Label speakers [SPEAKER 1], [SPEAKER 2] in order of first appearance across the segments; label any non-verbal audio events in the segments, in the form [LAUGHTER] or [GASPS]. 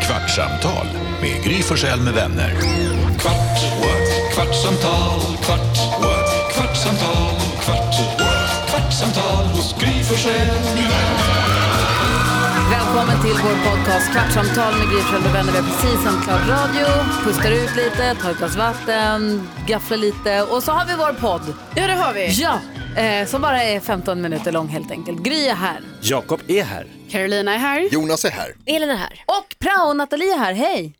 [SPEAKER 1] Kvartsamtal med Gry Forssell med vänner. Kvart, what? kvartsamtal, kvart, what? kvartsamtal, kvart, what? kvartsamtal hos Gry Forssell med vänner.
[SPEAKER 2] Välkommen till vår podcast Kvartsamtal med Gry Forssell med vänner. Vi har precis sänt klart radio, pustar ut lite, tar ett glas vatten, gafflar lite och så har vi vår podd.
[SPEAKER 3] Ja, det har vi.
[SPEAKER 2] Ja, eh, som bara är 15 minuter lång helt enkelt. Gry är här.
[SPEAKER 4] Jakob är här.
[SPEAKER 3] Carolina är här.
[SPEAKER 5] Jonas är här.
[SPEAKER 6] Elin är här.
[SPEAKER 2] Och prao Nathalie är här, hej!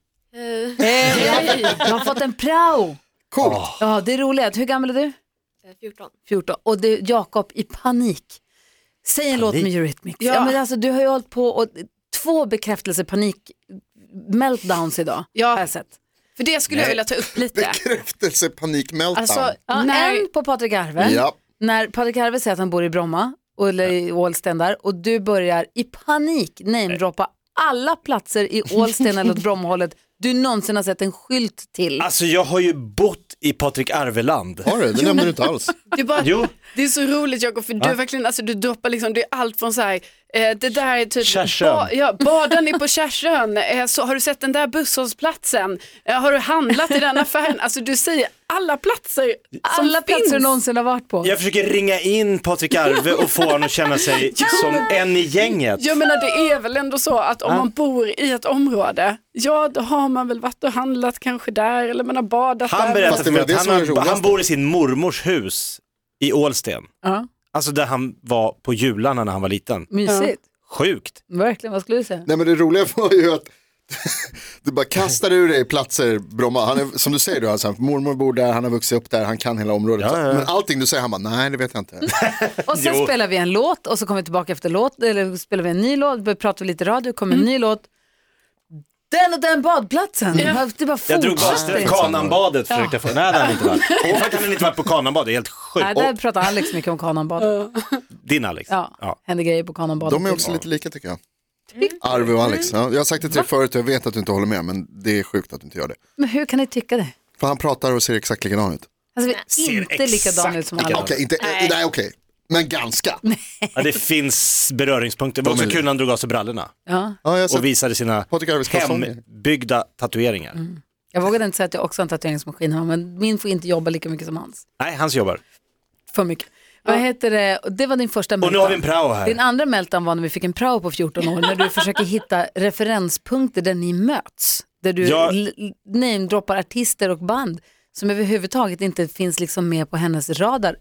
[SPEAKER 2] Eh, jag, har- jag har fått en prao.
[SPEAKER 5] Coolt.
[SPEAKER 2] Ja, det är roligt. Hur gammal är
[SPEAKER 3] Eh,
[SPEAKER 2] du?
[SPEAKER 6] 14.
[SPEAKER 2] 14. Och det är Jakob i panik. Säg en låt med Eurythmics. Ja.
[SPEAKER 3] Ja.
[SPEAKER 2] men alltså, du har ju hållit på och två bekräftelsepanik meltdowns idag.
[SPEAKER 3] Ja.
[SPEAKER 2] Har jag sett.
[SPEAKER 3] För det skulle jag vilja ta upp Äh, lite.
[SPEAKER 5] Bekräftelse, panik, meltdown.
[SPEAKER 3] Alltså,
[SPEAKER 2] Ja,
[SPEAKER 3] när,
[SPEAKER 2] En på Patrik Arve.
[SPEAKER 5] Ja.
[SPEAKER 2] När Patrik Arve säger att han bor i Bromma, och- eller i Ålsten där, och du börjar i panik namedroppa alla platser i Ålsten eller åt Brommahållet du någonsin har sett en skylt till.
[SPEAKER 4] Alltså jag har ju bott i Patrik Arveland.
[SPEAKER 5] Har du? Det nämnde du inte alls.
[SPEAKER 3] det, är bara,
[SPEAKER 4] Jo.
[SPEAKER 3] det är så roligt Jakob, för du är verkligen, alltså, du droppar liksom, det är allt från så här, eh, det där är typ,
[SPEAKER 4] Kärsön.
[SPEAKER 3] ja, badar ni på Kärsön? Eh, så, har du sett den där busshållplatsen? Eh, har du handlat i den affären? Alltså du säger alla platser som
[SPEAKER 2] alla
[SPEAKER 3] finns.
[SPEAKER 2] platser du någonsin har varit på.
[SPEAKER 4] Jag försöker ringa in Patrik Arve och få honom att känna sig som en i gänget.
[SPEAKER 3] Jag menar det är väl ändå så att om man bor i ett område, ja då har man väl varit och handlat kanske där eller man har badat
[SPEAKER 4] Han
[SPEAKER 3] där.
[SPEAKER 4] berättar
[SPEAKER 5] Fast det
[SPEAKER 4] för
[SPEAKER 5] var
[SPEAKER 4] mig
[SPEAKER 5] det
[SPEAKER 4] att
[SPEAKER 5] som var det
[SPEAKER 4] han, har, han
[SPEAKER 5] roligaste.
[SPEAKER 4] bor i sin mormors hus i Ålsten.
[SPEAKER 2] Ja,
[SPEAKER 4] Alltså där han var på jularna när han var liten.
[SPEAKER 2] mysigt.
[SPEAKER 4] Sjukt.
[SPEAKER 2] Verkligen, vad skulle du säga?
[SPEAKER 5] Nej men det roliga var ju att [LAUGHS] du bara kastar ur dig platser Bromma. Han är, som du säger, du, alltså, mormor bor där, han har vuxit upp där, han kan hela området.
[SPEAKER 4] Ja, ja, ja.
[SPEAKER 5] Men allting du säger, han bara, nej det vet jag inte.
[SPEAKER 2] Och sen
[SPEAKER 4] Jo.
[SPEAKER 2] spelar vi en låt och så kommer vi tillbaka efter låt, eller spelar vi en ny låt, börjar prata lite radio, kommer en ny låt. Den och den badplatsen. Det bara
[SPEAKER 4] Jag drog bara
[SPEAKER 2] fortsätter.
[SPEAKER 4] strä- Kananbadet försökte jag få. Nej det har han inte varit. Och faktiskt har han inte varit på Kananbadet, det är helt
[SPEAKER 2] Nej,
[SPEAKER 4] sjukt.
[SPEAKER 2] där pratar Alex mycket om kananbadet.
[SPEAKER 4] Och din Alex.
[SPEAKER 2] Ja,
[SPEAKER 4] Ja.
[SPEAKER 2] händer grejer på kananbadet.
[SPEAKER 5] De är också lite lika tycker jag. Arve och Alex. Ja, jag har sagt det till dig förut, jag vet att du inte håller med, men det är sjukt att du inte gör det.
[SPEAKER 2] Men hur kan ni tycka det?
[SPEAKER 5] För han pratar och ser exakt likadan ut.
[SPEAKER 2] Alltså vi är inte
[SPEAKER 4] exakt
[SPEAKER 2] likadana ut som
[SPEAKER 4] likadan.
[SPEAKER 2] alla.
[SPEAKER 5] Okej, inte, nej, nej okej. Men ganska.
[SPEAKER 4] Ja, det finns beröringspunkter. Det var
[SPEAKER 5] De är
[SPEAKER 4] också kul
[SPEAKER 5] lika.
[SPEAKER 4] när han drog av sig brallorna
[SPEAKER 2] Ja.
[SPEAKER 5] Ja, jag har sett
[SPEAKER 4] och visade sina
[SPEAKER 5] Patrik Arves kalsonger.
[SPEAKER 4] hembyggda tatueringar.
[SPEAKER 2] Jag vågade inte säga att jag också har en tatueringsmaskin hemma, men min får inte jobba lika mycket som hans.
[SPEAKER 4] Nej, hans jobbar.
[SPEAKER 2] För mycket. Vad heter det? Och Det var din första
[SPEAKER 4] Och nu har vi en prao här.
[SPEAKER 2] Din andra meltdown var när vi fick en prao på 14 år,
[SPEAKER 4] [LAUGHS]
[SPEAKER 2] när du försöker hitta referenspunkter där ni möts. Där du
[SPEAKER 4] Ja.
[SPEAKER 2] l- l- namedroppar artister och band som överhuvudtaget inte finns liksom med på hennes radar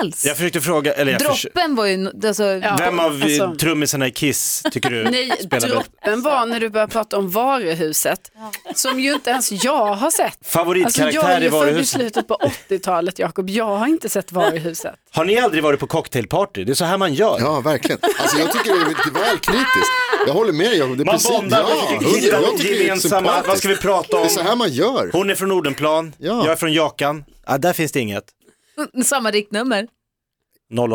[SPEAKER 2] alls.
[SPEAKER 4] Jag försökte fråga, eller jag försö-
[SPEAKER 2] Droppen var ju, n- alltså,
[SPEAKER 4] Vem av
[SPEAKER 3] alltså-
[SPEAKER 4] alltså... trummisarna i Kiss tycker du
[SPEAKER 3] [LAUGHS] Nej,
[SPEAKER 4] spelar bäst?
[SPEAKER 3] droppen var när du började prata om varuhuset, som ju inte ens jag har sett. Alltså jag
[SPEAKER 4] Favoritkaraktär
[SPEAKER 3] är
[SPEAKER 4] i
[SPEAKER 3] ju född i
[SPEAKER 4] varuhuset?
[SPEAKER 3] slutet på 80-talet Jakob, jag har inte sett varuhuset.
[SPEAKER 4] Har ni aldrig varit på cocktailparty? Det är så här man gör.
[SPEAKER 5] Ja, verkligen. Alltså jag tycker det är lite väl kritiskt. Jag håller med Jakob. Det är
[SPEAKER 4] Man
[SPEAKER 5] precis,
[SPEAKER 4] bondar, man
[SPEAKER 5] ja,
[SPEAKER 4] försöker
[SPEAKER 5] hundra.
[SPEAKER 4] hitta
[SPEAKER 5] Jag tycker det är
[SPEAKER 4] gemensamma,
[SPEAKER 5] sympatiskt.
[SPEAKER 4] vad ska vi prata
[SPEAKER 5] Det
[SPEAKER 4] om?
[SPEAKER 5] är så här man gör.
[SPEAKER 4] Hon är från Nordenplan,
[SPEAKER 5] Ja.
[SPEAKER 4] jag är från Jakan. Ja, där finns det inget.
[SPEAKER 2] [LAUGHS] samma riktnummer.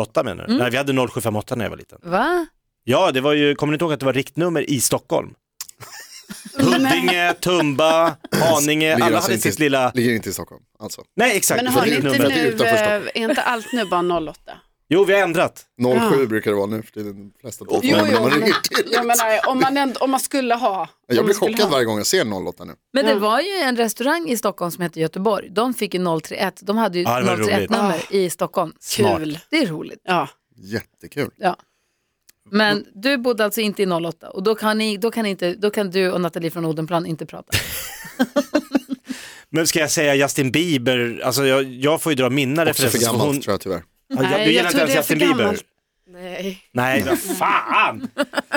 [SPEAKER 4] 08 menar du?
[SPEAKER 3] Mm.
[SPEAKER 4] Nej, vi hade 0758 när jag var liten.
[SPEAKER 2] Va?
[SPEAKER 4] Ja, det var ju, kommer ni inte ihåg att det var riktnummer
[SPEAKER 3] [LAUGHS]
[SPEAKER 4] i Stockholm? Huddinge, Tumba, Haninge,
[SPEAKER 5] Ligger
[SPEAKER 4] alla
[SPEAKER 5] alltså
[SPEAKER 4] hade
[SPEAKER 5] inte i-
[SPEAKER 4] sitt lilla...
[SPEAKER 5] Ligger inte i Stockholm alltså.
[SPEAKER 4] Nej, exakt.
[SPEAKER 3] Men
[SPEAKER 4] det
[SPEAKER 3] har
[SPEAKER 4] var
[SPEAKER 3] ni inte
[SPEAKER 4] riktnumret.
[SPEAKER 5] Det är
[SPEAKER 3] nu,
[SPEAKER 5] utanför
[SPEAKER 3] eh, är inte allt nu bara 08?
[SPEAKER 4] Jo, vi har ändrat.
[SPEAKER 5] 07 brukar det vara nu för det är den flesta
[SPEAKER 3] Ah. Jo,
[SPEAKER 5] telefonerna
[SPEAKER 3] jo,
[SPEAKER 5] man
[SPEAKER 3] men-
[SPEAKER 5] ringer till.
[SPEAKER 3] Jag menar, om man, ändå, om man skulle ha. om
[SPEAKER 5] Jag
[SPEAKER 3] man
[SPEAKER 5] blir
[SPEAKER 3] skulle
[SPEAKER 5] chockad
[SPEAKER 3] ha.
[SPEAKER 5] varje gång jag ser 08 nu.
[SPEAKER 2] Men det var ju en restaurang i Stockholm som hette Göteborg. De fick ju 031, de hade ju
[SPEAKER 4] Ja, det var Ah.
[SPEAKER 2] 031-nummer i Stockholm.
[SPEAKER 4] Smart.
[SPEAKER 3] Kul.
[SPEAKER 2] Det är roligt.
[SPEAKER 3] Ja.
[SPEAKER 5] Jättekul.
[SPEAKER 2] Ja. Men du bodde alltså inte i 08 och då kan, ni, då kan, inte, då kan du och Nathalie från Odenplan inte prata.
[SPEAKER 4] Men ska jag säga Justin Bieber, alltså jag, jag får ju dra mina
[SPEAKER 5] Också för
[SPEAKER 4] referenser.
[SPEAKER 5] gammalt
[SPEAKER 4] Hon-
[SPEAKER 5] tror jag tyvärr.
[SPEAKER 4] Ja,
[SPEAKER 3] Nej,
[SPEAKER 4] jag, du
[SPEAKER 3] jag
[SPEAKER 4] gillar inte
[SPEAKER 3] tror
[SPEAKER 4] ens
[SPEAKER 3] det är
[SPEAKER 4] Justin
[SPEAKER 3] för
[SPEAKER 4] Bieber?
[SPEAKER 3] gammalt.
[SPEAKER 6] Nej.
[SPEAKER 4] Nej,
[SPEAKER 5] [LAUGHS]
[SPEAKER 4] vad fan!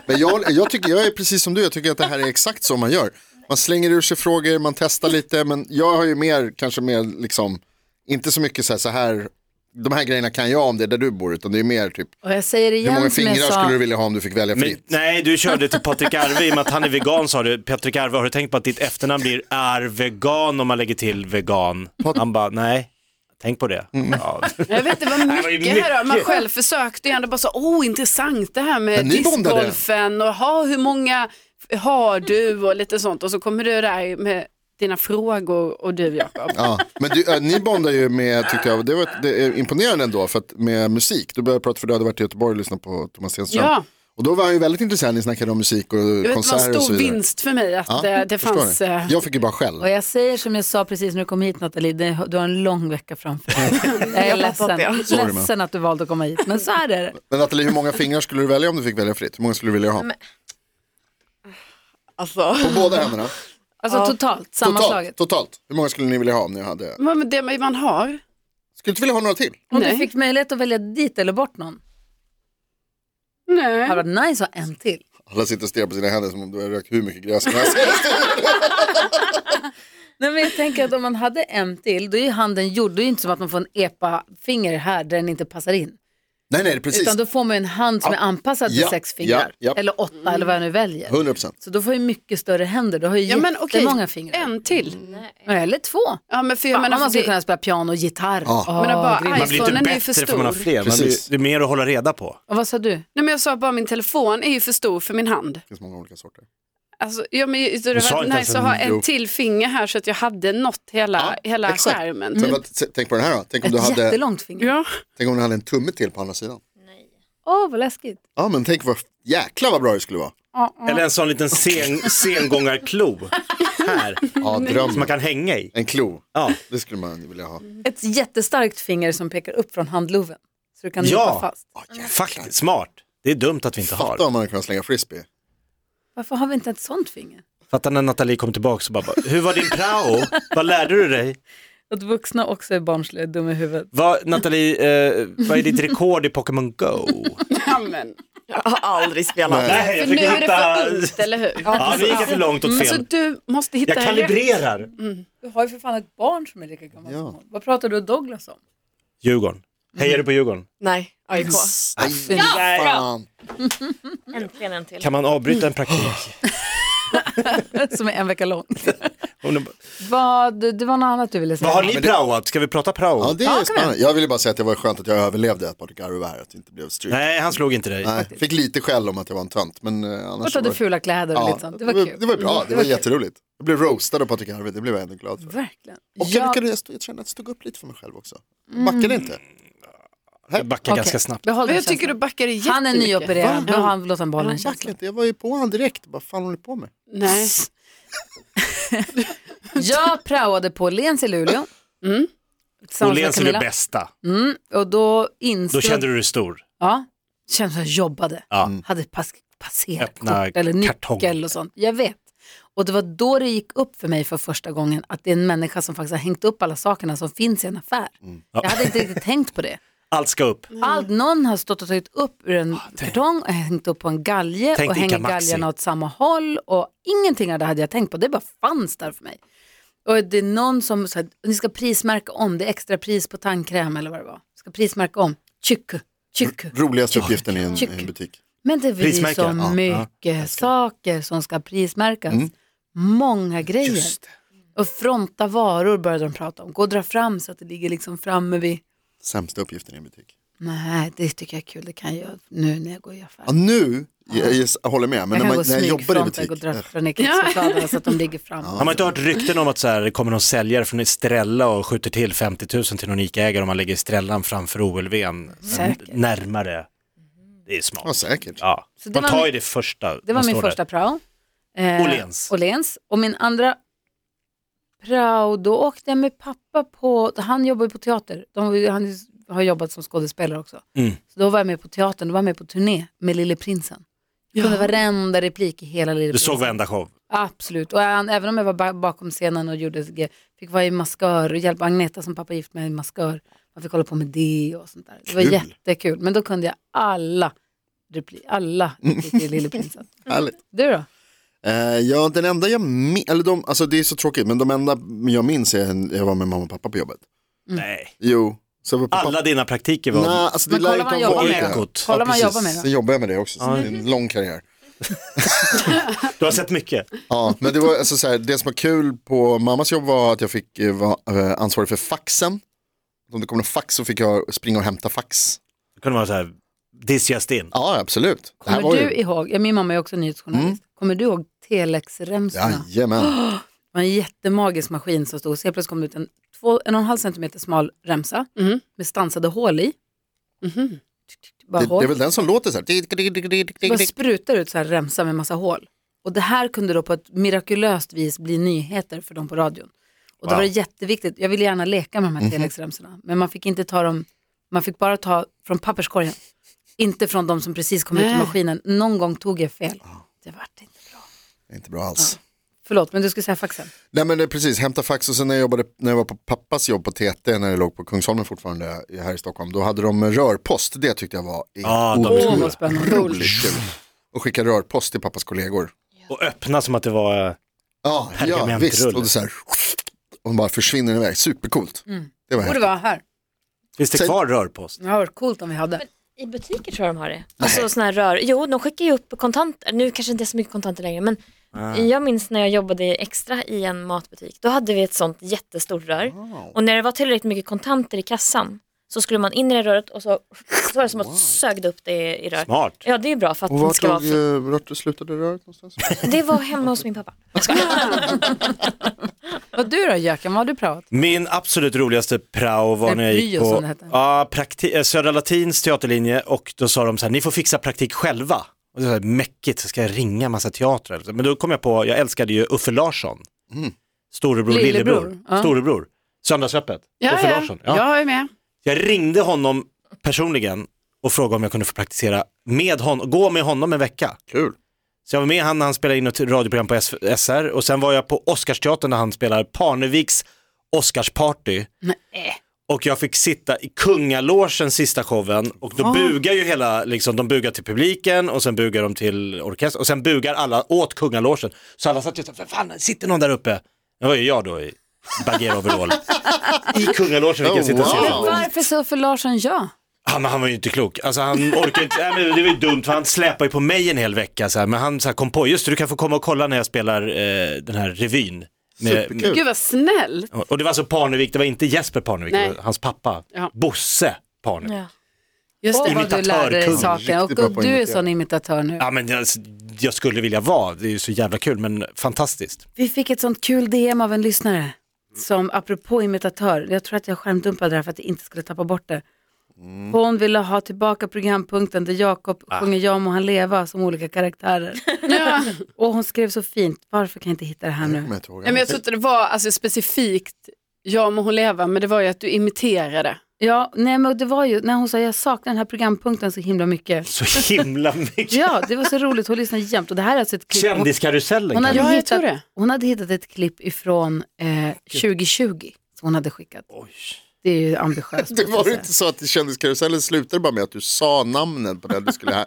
[SPEAKER 5] Men jag, jag, tycker, jag är precis som du, jag tycker att det här är exakt så man gör. Man slänger ur sig frågor, man testar lite, men jag har ju mer, kanske mer liksom, inte så mycket så här, så här de här grejerna kan jag om det är där du bor, utan det är mer typ,
[SPEAKER 2] Och jag säger det igen
[SPEAKER 5] hur många
[SPEAKER 2] som jag
[SPEAKER 5] fingrar
[SPEAKER 2] sa,
[SPEAKER 5] skulle du vilja ha om du fick välja
[SPEAKER 4] Men,
[SPEAKER 5] fritt?
[SPEAKER 4] nej, du körde till
[SPEAKER 5] [LAUGHS]
[SPEAKER 4] Patrik Arve i och med att han är vegan sa du. Patrik Arve, har du tänkt på att ditt efternamn blir är vegan om man lägger till vegan? Han bara, nej, tänk på det.
[SPEAKER 5] Mm.
[SPEAKER 4] Ja.
[SPEAKER 3] Jag vet, det
[SPEAKER 4] [LAUGHS]
[SPEAKER 3] var mycket,
[SPEAKER 4] var ju
[SPEAKER 3] här då. Man
[SPEAKER 4] mycket.
[SPEAKER 3] själv försökte ju ändå bara så, oh intressant det här med
[SPEAKER 5] Men ni bondade.
[SPEAKER 3] discgolfen och ha, hur många har du och lite sånt och så kommer du där med dina frågor och du Jakob.
[SPEAKER 5] Ja, men du, äh, ni bondar ju med, tyckte jag, det, var, det är imponerande ändå, för att med musik, du började prata för du hade varit i Göteborg och lyssnat på Thomas Stenström.
[SPEAKER 3] Ja.
[SPEAKER 5] Och då var han ju väldigt intresserad när ni snackade om musik och
[SPEAKER 3] Det var en
[SPEAKER 5] konserter och så
[SPEAKER 3] stor
[SPEAKER 5] vidare.
[SPEAKER 3] vinst för mig att
[SPEAKER 5] Ja,
[SPEAKER 3] eh, det
[SPEAKER 5] förstår
[SPEAKER 3] fanns...
[SPEAKER 5] det.
[SPEAKER 3] eh,
[SPEAKER 5] Jag fick ju bara själv.
[SPEAKER 2] Och jag säger som jag sa precis när du kom hit Nathalie, det- du har en lång vecka framför dig. Mm. [LAUGHS] Jag är
[SPEAKER 6] Jag
[SPEAKER 2] ledsen,
[SPEAKER 6] fattar, ja.
[SPEAKER 5] Sorry,
[SPEAKER 2] ledsen att du valde att komma hit, men så är det.
[SPEAKER 5] Men Nathalie, hur många fingrar skulle du välja om du fick välja fritt? Hur många skulle du vilja ha?
[SPEAKER 6] Alltså,
[SPEAKER 5] På båda
[SPEAKER 2] [CLEARS THROAT]
[SPEAKER 5] händerna?
[SPEAKER 2] Alltså totalt,
[SPEAKER 5] Totalt,
[SPEAKER 2] sammanslaget.
[SPEAKER 5] totalt. Hur många skulle ni vilja ha om ni hade?
[SPEAKER 3] Men det man har.
[SPEAKER 5] Skulle du inte vilja ha några till?
[SPEAKER 2] Om du
[SPEAKER 3] Nej.
[SPEAKER 2] fick möjlighet att välja dit eller bort någon,
[SPEAKER 3] Nej.
[SPEAKER 2] hade det varit nice att ha en till.
[SPEAKER 5] Alla sitter och stirrar på sina händer som om du har rökt hur mycket gräs
[SPEAKER 2] [LAUGHS]
[SPEAKER 5] som helst.
[SPEAKER 2] Nej, men jag tänker att om man hade en till, då är ju handen gjord. Det är ju inte som att man får en epa-finger här där den inte passar in.
[SPEAKER 5] nej, nej, precis.
[SPEAKER 2] Utan då får man ju en hand som är anpassad till
[SPEAKER 5] Ja,
[SPEAKER 2] sex
[SPEAKER 5] ja,
[SPEAKER 2] fingrar.
[SPEAKER 5] ja.
[SPEAKER 2] Eller åtta eller vad jag nu väljer.
[SPEAKER 5] 100 procent.
[SPEAKER 2] Så då får jag ju mycket större händer. Då har jag ju
[SPEAKER 3] Ja, men okej,
[SPEAKER 2] jättemånga fingrar.
[SPEAKER 3] en till.
[SPEAKER 2] Eller två.
[SPEAKER 3] Ja, men för jag
[SPEAKER 2] Fan,
[SPEAKER 3] menar,
[SPEAKER 2] man
[SPEAKER 3] för
[SPEAKER 2] skulle
[SPEAKER 3] det,
[SPEAKER 2] kunna spela piano och gitarr.
[SPEAKER 5] Ja.
[SPEAKER 2] Åh,
[SPEAKER 3] menar bara,
[SPEAKER 2] grymt.
[SPEAKER 3] aj.
[SPEAKER 4] Man blir inte
[SPEAKER 3] iPhonen är ju
[SPEAKER 4] bättre
[SPEAKER 3] för
[SPEAKER 4] för man har
[SPEAKER 3] stor.
[SPEAKER 4] fler, man
[SPEAKER 5] Precis.
[SPEAKER 4] blir, det är mer att hålla reda på.
[SPEAKER 2] Och vad sa du?
[SPEAKER 3] nej, men jag sa bara min telefon är ju för stor för min hand.
[SPEAKER 5] Det finns många olika sorter.
[SPEAKER 3] Alltså, ja, men, så
[SPEAKER 4] Du
[SPEAKER 3] det
[SPEAKER 4] sa
[SPEAKER 3] var
[SPEAKER 4] inte ens
[SPEAKER 3] nice att ha
[SPEAKER 4] en-
[SPEAKER 3] en till finger här så att jag hade nått hela,
[SPEAKER 5] Ja,
[SPEAKER 3] hela
[SPEAKER 5] exakt.
[SPEAKER 3] skärmen.
[SPEAKER 5] Sen,
[SPEAKER 3] Typ.
[SPEAKER 5] vad- se- tänk på den här då. Tänk om,
[SPEAKER 2] Ett
[SPEAKER 5] du hade,
[SPEAKER 2] jättelångt finger. Åh,
[SPEAKER 3] Ja.
[SPEAKER 5] tänk om du hade en tumme till på andra sidan.
[SPEAKER 2] vad läskigt.
[SPEAKER 5] Ja, men tänk vad jäkla vad bra det skulle vara.
[SPEAKER 4] Eller en sån
[SPEAKER 3] [LAUGHS]
[SPEAKER 4] liten sen, sengångarklo här,
[SPEAKER 5] Ja,
[SPEAKER 4] som man
[SPEAKER 5] drömmen.
[SPEAKER 4] kan hänga i.
[SPEAKER 5] En klo.
[SPEAKER 4] Ja.
[SPEAKER 5] Det skulle man vilja ha.
[SPEAKER 2] Ett jättestarkt finger som pekar upp från handloven. Så du kan
[SPEAKER 4] Ja.
[SPEAKER 2] nypa fast.
[SPEAKER 4] Faktiskt, smart. Det är dumt att vi inte
[SPEAKER 5] Fatta
[SPEAKER 4] har.
[SPEAKER 5] om man hade kunnat slänga frisbee.
[SPEAKER 2] Varför har vi inte ett sånt finger?
[SPEAKER 4] Fatta när Nathalie kom tillbaka och bara, hur var din prao? Vad lärde du dig?
[SPEAKER 2] Att vuxna också är barnsliga och dumma i huvudet.
[SPEAKER 4] Vad, Nathalie, eh, vad är ditt rekord i Pokémon Go?
[SPEAKER 3] Ja, men.
[SPEAKER 6] jag har aldrig
[SPEAKER 5] Nej.
[SPEAKER 6] spelat.
[SPEAKER 4] Nej,
[SPEAKER 3] För nu är det för ungt, eller hur?
[SPEAKER 4] Ja, nu gick jag för långt åt
[SPEAKER 3] Alltså,
[SPEAKER 4] fel.
[SPEAKER 3] du måste hitta
[SPEAKER 4] Jag kalibrerar.
[SPEAKER 2] Du har ju för fan ett barn som är lika gammalt
[SPEAKER 5] Ja.
[SPEAKER 2] som hon. Vad pratar du och Douglas om?
[SPEAKER 4] Djurgården. Hejar du på Djurgården?
[SPEAKER 6] Nej, AIK.
[SPEAKER 5] Fan.
[SPEAKER 6] Äntligen en till.
[SPEAKER 4] Kan man avbryta en praktik?
[SPEAKER 2] [LAUGHS] som är en vecka lång.
[SPEAKER 5] Mm.
[SPEAKER 4] Om du-
[SPEAKER 2] Vad, det var något annat du ville säga?
[SPEAKER 4] Vad har ni praoat? Ska vi prata prao?
[SPEAKER 5] Ja, det är spännande. Jag ville bara säga att det var skönt att jag överlevde att Patrik Arve var här, att det inte blev stryk.
[SPEAKER 4] Nej, han slog inte dig.
[SPEAKER 5] Nej, fick lite skäll om att jag var en tönt, men eh, annars
[SPEAKER 2] Bort hade fula kläder och
[SPEAKER 5] Ja,
[SPEAKER 2] lite sånt. Det var
[SPEAKER 5] det,
[SPEAKER 2] kul. Mm.
[SPEAKER 5] var bra, det var
[SPEAKER 2] kul.
[SPEAKER 5] jätteroligt. Jag blev roastad av Patrik Arve, det blev jag ändå glad för.
[SPEAKER 2] Verkligen.
[SPEAKER 5] Och jag,
[SPEAKER 2] Jag-
[SPEAKER 5] lyckades, jag kände att jag stod upp lite för mig själv också. Backade
[SPEAKER 2] Mm.
[SPEAKER 5] inte.
[SPEAKER 4] Jag backar
[SPEAKER 2] Okej,
[SPEAKER 4] ganska snabbt.
[SPEAKER 2] Behåll
[SPEAKER 3] Men
[SPEAKER 2] den
[SPEAKER 3] jag tycker du
[SPEAKER 2] känslan.
[SPEAKER 3] backar jättemycket.
[SPEAKER 2] Han är nyopererad, nu har han låtit han behålla den
[SPEAKER 5] Jag, backade
[SPEAKER 2] känslan.
[SPEAKER 5] inte. jag var ju på honom direkt, vad fan håller ni på med?
[SPEAKER 3] Nej.
[SPEAKER 2] Jag praoade på Lens i Luleå.
[SPEAKER 3] Mm.
[SPEAKER 4] Och
[SPEAKER 2] Tillsammans med
[SPEAKER 4] Lens är det
[SPEAKER 2] Camilla.
[SPEAKER 4] bästa.
[SPEAKER 2] Mm, och då insåg...
[SPEAKER 4] Då kände du dig stor.
[SPEAKER 2] Ja, kände som jag jobbade. Mm.
[SPEAKER 4] Ja.
[SPEAKER 2] Hade pass, passerat
[SPEAKER 4] Öppna
[SPEAKER 2] kort eller
[SPEAKER 4] kartong.
[SPEAKER 2] nyckel och sånt. Jag vet. Och det var då det gick upp för mig för första gången att det är en människa som faktiskt har hängt upp alla sakerna som finns i en affär. Jag hade inte riktigt tänkt på det.
[SPEAKER 4] Allt ska upp.
[SPEAKER 2] Allt någon har stått och tagit upp ur en kartong och hängt upp på en galge
[SPEAKER 4] Ah, Tänk
[SPEAKER 2] och hänger
[SPEAKER 4] Ica Maxi.
[SPEAKER 2] galgarna åt samma håll och ingenting av det hade jag tänkt på. Det bara fanns där för mig. Och det är någon som sa, ni ska prismärka om, det är extra pris på tandkräm eller vad det var. Ska prismärka om, tjycku, tjycku.
[SPEAKER 5] Roligaste uppgiften i en, i en
[SPEAKER 2] Chick.
[SPEAKER 5] butik.
[SPEAKER 2] Men det blir
[SPEAKER 4] Mm. Prismärka,
[SPEAKER 2] så
[SPEAKER 4] ja, Mm. ja,
[SPEAKER 2] mycket saker som ska prismärkas. Många grejer. Och fronta varor började de prata om. Gå och dra fram så att det ligger liksom framme vid.
[SPEAKER 5] Sämsta uppgiften i en butik.
[SPEAKER 2] Nej, det tycker jag är kul. Det kan jag nu när jag går i affären.
[SPEAKER 5] Ja, nu, jag, jag håller med,
[SPEAKER 2] jag
[SPEAKER 5] men när,
[SPEAKER 2] kan gå
[SPEAKER 5] man,
[SPEAKER 2] och
[SPEAKER 5] när jag jobbar i
[SPEAKER 2] smygfronta
[SPEAKER 5] butik.
[SPEAKER 2] och dra
[SPEAKER 5] eh,
[SPEAKER 2] från kexchokladerna så att de ligger fram.
[SPEAKER 4] Har man inte hört rykten om att så här, det kommer någon säljare från Estrella och skjuter till 50 000 till någon ICA-ägare om man lägger Estrellan framför OLWn
[SPEAKER 2] Säkert.
[SPEAKER 4] närmare? Det är
[SPEAKER 5] Ja,
[SPEAKER 4] smart.
[SPEAKER 5] säkert.
[SPEAKER 4] Ja.
[SPEAKER 2] Så det
[SPEAKER 4] Man
[SPEAKER 2] var
[SPEAKER 4] tar
[SPEAKER 2] min-
[SPEAKER 4] ju det första.
[SPEAKER 2] Det var
[SPEAKER 4] man
[SPEAKER 2] min
[SPEAKER 4] står där.
[SPEAKER 2] första prao. Eh,
[SPEAKER 4] Åhléns.
[SPEAKER 2] Åhléns. Och min andra prao, då åkte jag med pappa på, han jobbar ju på teater, De, han har jobbat som skådespelare också.
[SPEAKER 4] Mm.
[SPEAKER 2] Så då var jag med på teatern, då var jag med på turné med Lille Prinsen. Jag kunde varenda replik i hela Lille
[SPEAKER 4] Du
[SPEAKER 2] Prinsen.
[SPEAKER 4] såg varenda show.
[SPEAKER 2] Absolut, och han, även om jag var ba- bakom scenen och gjorde, g- fick vara i maskör och hjälpa Agneta som pappa gift med i maskör. Man fick hålla på med det och sånt där. Det var
[SPEAKER 5] Kul.
[SPEAKER 2] jättekul, men då kunde jag alla repli, alla repliker i
[SPEAKER 5] [LAUGHS]
[SPEAKER 2] Lille Prinsen.
[SPEAKER 5] Härligt.
[SPEAKER 2] Du då?
[SPEAKER 5] Eh, ja, den enda jag minns, eller de, alltså det är så tråkigt, men de enda jag minns är en- jag var med mamma och pappa på jobbet.
[SPEAKER 2] Mm.
[SPEAKER 4] Nej.
[SPEAKER 5] Jo, så jag var pappa.
[SPEAKER 4] Alla dina praktiker
[SPEAKER 5] Nej,
[SPEAKER 4] var...
[SPEAKER 5] alltså det
[SPEAKER 2] Men
[SPEAKER 5] lär
[SPEAKER 2] kolla
[SPEAKER 5] inte
[SPEAKER 2] vad han
[SPEAKER 5] ha
[SPEAKER 2] jobbar
[SPEAKER 5] varit
[SPEAKER 2] med
[SPEAKER 5] det.
[SPEAKER 2] då.
[SPEAKER 4] Ekot.
[SPEAKER 2] Kolla vad han jobbar med
[SPEAKER 5] Precis,
[SPEAKER 2] då.
[SPEAKER 5] sen jobbar jag med det också, så det är en lång karriär.
[SPEAKER 4] Du har sett mycket.
[SPEAKER 5] Ja, men det var alltså så här, det som var kul på mammas jobb var att jag fick eh, vara eh, ansvarig för faxen. Om det kom någon fax så fick jag springa och hämta fax.
[SPEAKER 4] Det kunde vara så här, this just in.
[SPEAKER 5] Ja, absolut. Det här
[SPEAKER 2] Kommer
[SPEAKER 5] var
[SPEAKER 2] du
[SPEAKER 5] ju... Mm.
[SPEAKER 2] ihåg, ja, min mamma är också nyhetsjournalist, kommer du ihåg telexremsorna? [GASPS]
[SPEAKER 5] Jajamän.
[SPEAKER 2] Det var en jättemagisk maskin som stod, så helt plötsligt kom det
[SPEAKER 5] Mm.
[SPEAKER 2] ut en två, en och en halv centimeter smal remsa med stansade hål i. bara
[SPEAKER 5] Det, det är
[SPEAKER 2] hål.
[SPEAKER 5] väl den som låter så här.
[SPEAKER 2] Bara sprutar ut så här remsa med massa hål. Och det här kunde då på ett mirakulöst vis bli nyheter för dem på radion. Och då
[SPEAKER 4] Wow.
[SPEAKER 2] var det jätteviktigt, jag ville gärna leka med de här telexremsorna, men man fick inte ta dem, man fick bara ta från papperskorgen. Inte från de som precis kom ut ur
[SPEAKER 3] Nej.
[SPEAKER 2] maskinen. Någon gång tog jag fel. Det vart inte bra.
[SPEAKER 5] Det är inte bra alls.
[SPEAKER 2] Förlåt, men du skulle säga faxen.
[SPEAKER 5] Nej men det är precis, hämta fax och sen när jag, jobbade, när jag var på pappas jobb på TT när jag låg på Kungsholmen fortfarande här i Stockholm, då hade de rörpost, det tyckte jag var
[SPEAKER 4] Ah, de-
[SPEAKER 5] otroligt
[SPEAKER 2] Åh, vad spännande.
[SPEAKER 5] kul. Och skicka rörpost till pappas kollegor.
[SPEAKER 4] Och öppna som att det var... eh,
[SPEAKER 5] Ja, ja
[SPEAKER 4] Pergamentrulle.
[SPEAKER 5] visst, och det så här, och de bara försvinner iväg, supercoolt. Det var
[SPEAKER 2] Mm. Borde
[SPEAKER 5] häftigt.
[SPEAKER 2] vara här.
[SPEAKER 4] Finns det
[SPEAKER 5] Sen-
[SPEAKER 4] kvar rörpost?
[SPEAKER 2] Det hade varit coolt om vi hade.
[SPEAKER 6] I butiker tror jag de har det. Alltså såna här rör. Jo, de skickar ju upp kontanter. Nu kanske inte är så mycket kontanter längre, men jag minns när jag jobbade extra i en matbutik. Då hade vi ett sånt jättestort rör. Och när det var tillräckligt mycket kontanter i kassan så skulle man in i det röret och så, så var det som att sögde upp det i röret.
[SPEAKER 4] Smart.
[SPEAKER 6] Ja, det är bra för att
[SPEAKER 5] Och
[SPEAKER 6] det
[SPEAKER 5] vart,
[SPEAKER 6] ska vara...
[SPEAKER 5] tog, eh, vart slutade röret någonstans?
[SPEAKER 6] Det var hemma hos min pappa. Jag skojar.
[SPEAKER 2] Vad du då Jöken, vad har du pratat?
[SPEAKER 4] Min absolut roligaste prao var
[SPEAKER 2] Eller
[SPEAKER 4] när jag gick
[SPEAKER 2] pryo som det
[SPEAKER 4] på
[SPEAKER 2] hette.
[SPEAKER 4] ja, prakti- eh, Södra Latins teaterlinje och då sa de så här, ni får fixa praktik själva. Och det var så här, mäckigt, så ska jag ringa massa teatrar. Men då kom jag på, jag älskade ju Uffe Larsson. Storebror, lillebror,
[SPEAKER 2] Lillebror,
[SPEAKER 4] storebror.
[SPEAKER 2] ja.
[SPEAKER 4] Söndagsöppet,
[SPEAKER 3] Ja,
[SPEAKER 4] Uffe
[SPEAKER 3] ja.
[SPEAKER 4] Larsson. Ja.
[SPEAKER 3] Jag är med.
[SPEAKER 4] Jag ringde honom personligen och frågade om jag kunde få praktisera med honom, gå med honom en vecka.
[SPEAKER 5] [LAUGHS] Kul.
[SPEAKER 4] Så jag var med han när han spelade in ett radioprogram på S- SR och sen var jag på Oscarsteatern när han spelade Parneviks Oscarsparty. Och jag fick sitta i kungalogen sista showen och då bugar ju hela, liksom, de bugar till publiken och sen bugar de till orkestern och sen bugar alla åt kungalogen. Så alla satt ju såhär, fan sitter någon där uppe? Det var ju jag då i bagheeroverall. I kungalogen fick jag sitta och
[SPEAKER 5] Oh,
[SPEAKER 4] se.
[SPEAKER 5] wow.
[SPEAKER 2] Varför sa för Larsson ja?
[SPEAKER 4] Han, han var ju inte klok. Alltså, han orkade inte, nej, men det var ju dumt för han släpade ju på mig en hel vecka. Så här, men han så här, kom på, just det, du kan få komma och kolla när jag spelar eh, den här revyn. Med,
[SPEAKER 5] Superkul.
[SPEAKER 3] Gud vad snäll.
[SPEAKER 4] och det var alltså Parnevik, det var inte Jesper Parnevik, det
[SPEAKER 3] Nej.
[SPEAKER 4] var hans pappa,
[SPEAKER 3] Ja.
[SPEAKER 4] Bosse Parnevik. Ja.
[SPEAKER 6] Ja.
[SPEAKER 2] Just
[SPEAKER 4] det.
[SPEAKER 2] det, vad du lärde dig
[SPEAKER 4] Imitatörkung.
[SPEAKER 2] saken.
[SPEAKER 5] Riktigt bra
[SPEAKER 2] Och, och
[SPEAKER 5] på att
[SPEAKER 2] du är
[SPEAKER 5] imitera.
[SPEAKER 2] sån imitatör nu.
[SPEAKER 4] men jag, jag skulle vilja vara, det är ju så jävla kul men fantastiskt.
[SPEAKER 2] Vi fick ett sånt kul DM av en lyssnare. Som apropå imitatör, jag tror att jag skärmdumpade det här för att jag inte skulle tappa bort det.
[SPEAKER 5] Mm.
[SPEAKER 2] Hon ville ha tillbaka programpunkten där Jakob
[SPEAKER 5] Ah.
[SPEAKER 2] sjunger Ja må han leva som olika karaktärer.
[SPEAKER 3] Ja.
[SPEAKER 2] Och hon skrev så fint, varför kan jag inte hitta det här
[SPEAKER 5] Jag kommer
[SPEAKER 2] nu?
[SPEAKER 5] inte ihåg.
[SPEAKER 3] Nej, men jag tror inte det var alltså, specifikt Ja må hon leva, men det var ju att du imiterade.
[SPEAKER 2] Ja, nej men det var ju när hon sa jag saknar den här programpunkten så himla mycket.
[SPEAKER 4] Så himla mycket.
[SPEAKER 2] Ja, det var så roligt, hon lyssnade jämt. Och det här är alltså ett klipp. Hon,
[SPEAKER 4] Kändiskarusellen
[SPEAKER 2] hon, hade
[SPEAKER 4] kanske.
[SPEAKER 3] Ja, jag tror
[SPEAKER 2] hittat,
[SPEAKER 3] det.
[SPEAKER 2] hon hade hittat ett klipp ifrån eh, 2020 som hon hade skickat.
[SPEAKER 4] Oj.
[SPEAKER 2] Det är ju ambitiöst.
[SPEAKER 5] Det
[SPEAKER 2] måste jag
[SPEAKER 5] var
[SPEAKER 2] säga.
[SPEAKER 5] inte så att kändiskarusellen slutade bara med att du sa namnen på den du [LAUGHS] skulle ha.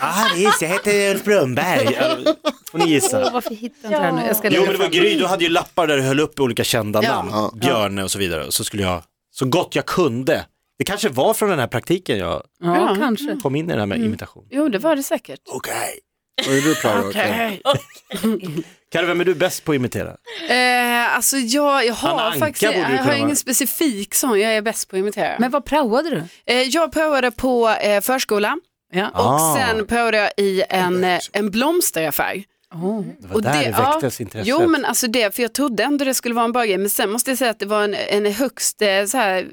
[SPEAKER 4] Ah, visst, jag heter Ulf Brunnberg. Ja, Får ni gissa.
[SPEAKER 2] Åh, varför hittar jag inte det här nu? Jag ska
[SPEAKER 4] Jo
[SPEAKER 2] lägga
[SPEAKER 4] men det var
[SPEAKER 2] fram.
[SPEAKER 4] Gry, du hade ju lappar där du höll upp olika kända
[SPEAKER 3] Ja.
[SPEAKER 4] namn,
[SPEAKER 5] Ja.
[SPEAKER 4] Björne och så vidare. Så skulle jag, så gott jag kunde, det kanske var från den här praktiken jag
[SPEAKER 2] Ja,
[SPEAKER 3] Ja.
[SPEAKER 2] kanske.
[SPEAKER 4] kom in i det här med
[SPEAKER 3] Mm.
[SPEAKER 4] imitation.
[SPEAKER 3] Jo, det var det säkert.
[SPEAKER 4] Okej.
[SPEAKER 5] Vad gjorde du Prao? Okay.
[SPEAKER 4] Karro, vem är du bäst på att imitera?
[SPEAKER 3] Eh, alltså jag, jag
[SPEAKER 4] Anna
[SPEAKER 3] har
[SPEAKER 4] Anka
[SPEAKER 3] faktiskt
[SPEAKER 4] borde du
[SPEAKER 3] jag har
[SPEAKER 4] kunna vara.
[SPEAKER 3] ingen specifik sån jag är bäst på att imitera.
[SPEAKER 2] Men vad praoade du?
[SPEAKER 3] eh, jag prövade på eh, förskola
[SPEAKER 2] Ja.
[SPEAKER 3] och
[SPEAKER 4] Ah.
[SPEAKER 3] sen prövade jag i en, eh, en blomsteraffär.
[SPEAKER 2] Åh.
[SPEAKER 4] Det var där det, väcktes intresset.
[SPEAKER 3] Jo men alltså det, för jag trodde ändå det skulle vara en bra grej, men sen måste jag säga att det var en, en högst eh, så här,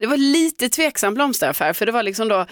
[SPEAKER 3] det var lite tveksam blomsteraffär, för det var liksom då,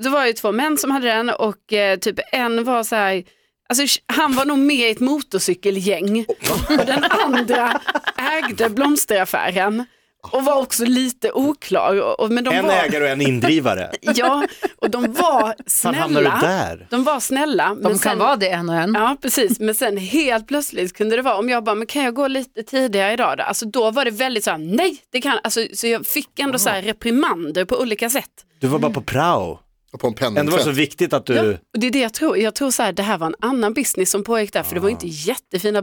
[SPEAKER 3] det var ju två män som hade den och eh, typ en var så här, alltså han var nog med i ett motorcykelgäng och den andra ägde blomsteraffären och var också lite oklar. Och, och, men de
[SPEAKER 4] En
[SPEAKER 3] var,
[SPEAKER 4] ägare och en indrivare.
[SPEAKER 3] Ja, och de var
[SPEAKER 4] Fan hamnar du
[SPEAKER 3] snälla.
[SPEAKER 4] där?
[SPEAKER 3] De var snälla.
[SPEAKER 2] De kan vara det en och en.
[SPEAKER 3] Ja, precis. Men sen helt plötsligt kunde det vara, om jag bara, men kan jag gå lite tidigare idag då? Alltså då var det väldigt så här, nej, det kan alltså, Så jag fick ändå
[SPEAKER 2] Ah.
[SPEAKER 3] så här reprimander på olika sätt.
[SPEAKER 4] Du var bara på
[SPEAKER 3] Mm.
[SPEAKER 4] prao.
[SPEAKER 5] Och på en
[SPEAKER 4] Ändå var det så
[SPEAKER 5] penningtvätt.
[SPEAKER 4] viktigt att du...
[SPEAKER 3] Och det är det jag tror. Jag tror så här, det här var en annan business som pågick där, för det var ju inte
[SPEAKER 4] Ah.
[SPEAKER 3] jättefina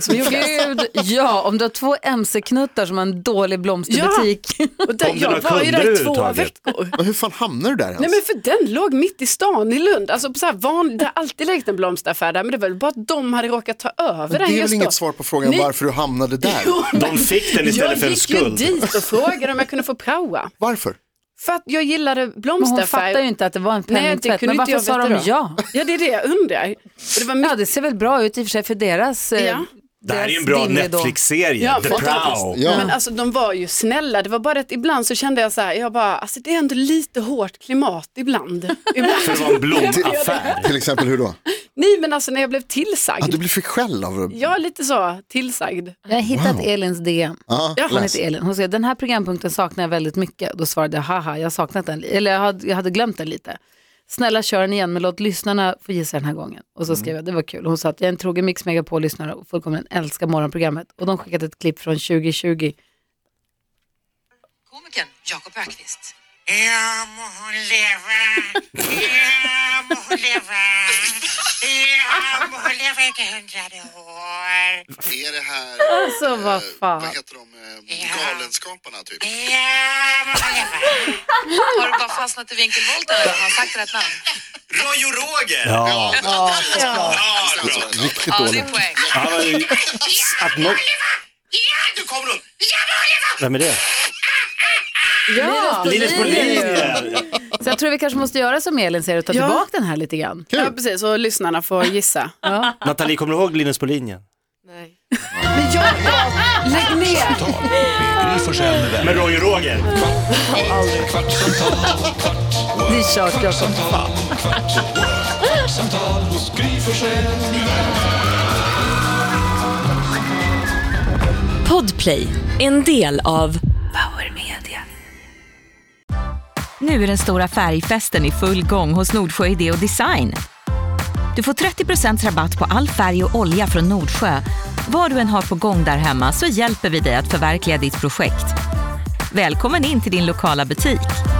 [SPEAKER 2] [LAUGHS]
[SPEAKER 3] som gjordes.
[SPEAKER 2] Gud, ja, om du har två mc-knuttar som har en dålig blomsterbutik.
[SPEAKER 3] Och där,
[SPEAKER 4] Kom det
[SPEAKER 3] jag
[SPEAKER 4] några
[SPEAKER 3] var ju där
[SPEAKER 4] kunder
[SPEAKER 3] i två
[SPEAKER 4] överhuvudtaget?
[SPEAKER 3] veckor.
[SPEAKER 5] Men Hur fan hamnar du där ens?
[SPEAKER 3] Nej men för den låg mitt i stan i Lund, alltså på så här van, det har alltid legat en blomsteraffär där men det var väl bara att de hade råkat ta över
[SPEAKER 5] Men
[SPEAKER 3] den
[SPEAKER 5] det är
[SPEAKER 3] just
[SPEAKER 5] väl
[SPEAKER 3] då.
[SPEAKER 5] inget svar på frågan
[SPEAKER 3] Ni-
[SPEAKER 5] varför du hamnade där?
[SPEAKER 3] Jo,
[SPEAKER 4] De fick den istället för en
[SPEAKER 3] Jag
[SPEAKER 4] skuld.
[SPEAKER 3] gick ju dit och frågade om jag kunde få praoa.
[SPEAKER 5] Varför?
[SPEAKER 3] För att jag
[SPEAKER 2] Men
[SPEAKER 3] gillade
[SPEAKER 2] hon fattar ju
[SPEAKER 3] blomsterfärg.
[SPEAKER 2] inte att det var en
[SPEAKER 3] Nej, det
[SPEAKER 2] penningtvätt.
[SPEAKER 3] kunde
[SPEAKER 2] Men varför
[SPEAKER 3] inte
[SPEAKER 2] sa
[SPEAKER 3] jag veta
[SPEAKER 2] de
[SPEAKER 3] då.
[SPEAKER 2] ja?
[SPEAKER 3] Ja, det är det jag undrar. Och det
[SPEAKER 2] Ja,
[SPEAKER 3] var mycket,
[SPEAKER 2] det ser väl bra ut i och för sig för deras eh,
[SPEAKER 3] Ja.
[SPEAKER 4] Det här är ju en bra Netflix-serie,
[SPEAKER 3] Ja,
[SPEAKER 4] The
[SPEAKER 3] fantastiskt.
[SPEAKER 4] Prow.
[SPEAKER 5] Ja.
[SPEAKER 3] Men alltså de var ju snälla, det var bara att ibland så kände jag så här, jag bara, alltså det är ändå lite hårt klimat
[SPEAKER 4] [LAUGHS]
[SPEAKER 3] ibland. ibland.
[SPEAKER 4] För det var en blomaffär.
[SPEAKER 5] Till exempel hur då?
[SPEAKER 3] Nej men alltså när jag blev tillsagd,
[SPEAKER 5] Ah, du blir fick skäll av det?
[SPEAKER 3] jag är lite så tillsagd.
[SPEAKER 2] Jag har hittat Elins DM.
[SPEAKER 5] Ja,
[SPEAKER 3] Ja,
[SPEAKER 2] Hon
[SPEAKER 5] läs.
[SPEAKER 2] heter Elin. Hon säger den här programpunkten saknar jag väldigt mycket. Då svarade jag haha, jag har saknat den. Eller jag hade, jag hade glömt den lite. Snälla kör den igen men låt lyssnarna få gissa den här gången. Och så skrev jag, det var kul. Hon sa att jag är en trogen Mix Megapol-lyssnare och fullkomligen älskar morgonprogrammet. Och de skickade ett klipp från 2020.
[SPEAKER 7] Komikern Jakob
[SPEAKER 8] [LAUGHS]
[SPEAKER 7] Ökvist.
[SPEAKER 9] Ja må hon leva, ja må hon leva, ja må hon leva i det hundrade år.
[SPEAKER 10] Är det här, eh,
[SPEAKER 2] Alltså vad fan.
[SPEAKER 10] vad heter de, eh, Galenskaparna typ?
[SPEAKER 9] Ja må hon leva.
[SPEAKER 7] Har du bara fastnat i vinkelvolten eller har han sagt rätt namn?
[SPEAKER 9] Roy och Roger!
[SPEAKER 4] Ja,
[SPEAKER 10] Ja, bra.
[SPEAKER 5] Riktigt
[SPEAKER 7] Ja, det
[SPEAKER 5] dåligt.
[SPEAKER 7] är poäng.
[SPEAKER 4] han var ju- att nå-
[SPEAKER 9] Ja, nu kommer hon! Ja må hon leva!
[SPEAKER 4] Vem är det?
[SPEAKER 2] Ja,
[SPEAKER 4] Linus Bolin!
[SPEAKER 2] Så jag tror vi kanske måste göra som Elin säger och ta
[SPEAKER 3] Ja.
[SPEAKER 2] tillbaka den här lite grann.
[SPEAKER 3] Ja precis, och lyssnarna får gissa.
[SPEAKER 4] Nathalie, kommer du ihåg Linus på linjen?
[SPEAKER 3] Men jag, lägg ner!
[SPEAKER 1] Kvartsamtal med Gry Forssell med vänner.
[SPEAKER 4] Med Roy och Roger.
[SPEAKER 1] Kvartsamtal, kvart, what?
[SPEAKER 2] Det är kört, jag som
[SPEAKER 1] kvartsamtal, kvart, what? kvartsamtal hos Gry Forssell med vänner.
[SPEAKER 8] Podplay, en del av Power Media. Nu är den stora färgfesten i full gång hos Nordsjö Idé och Design. Du får 30 rabatt på all färg och olja från Nordsjö. Vad du än har på gång där hemma så hjälper vi dig att förverkliga ditt projekt. Välkommen in till din lokala butik.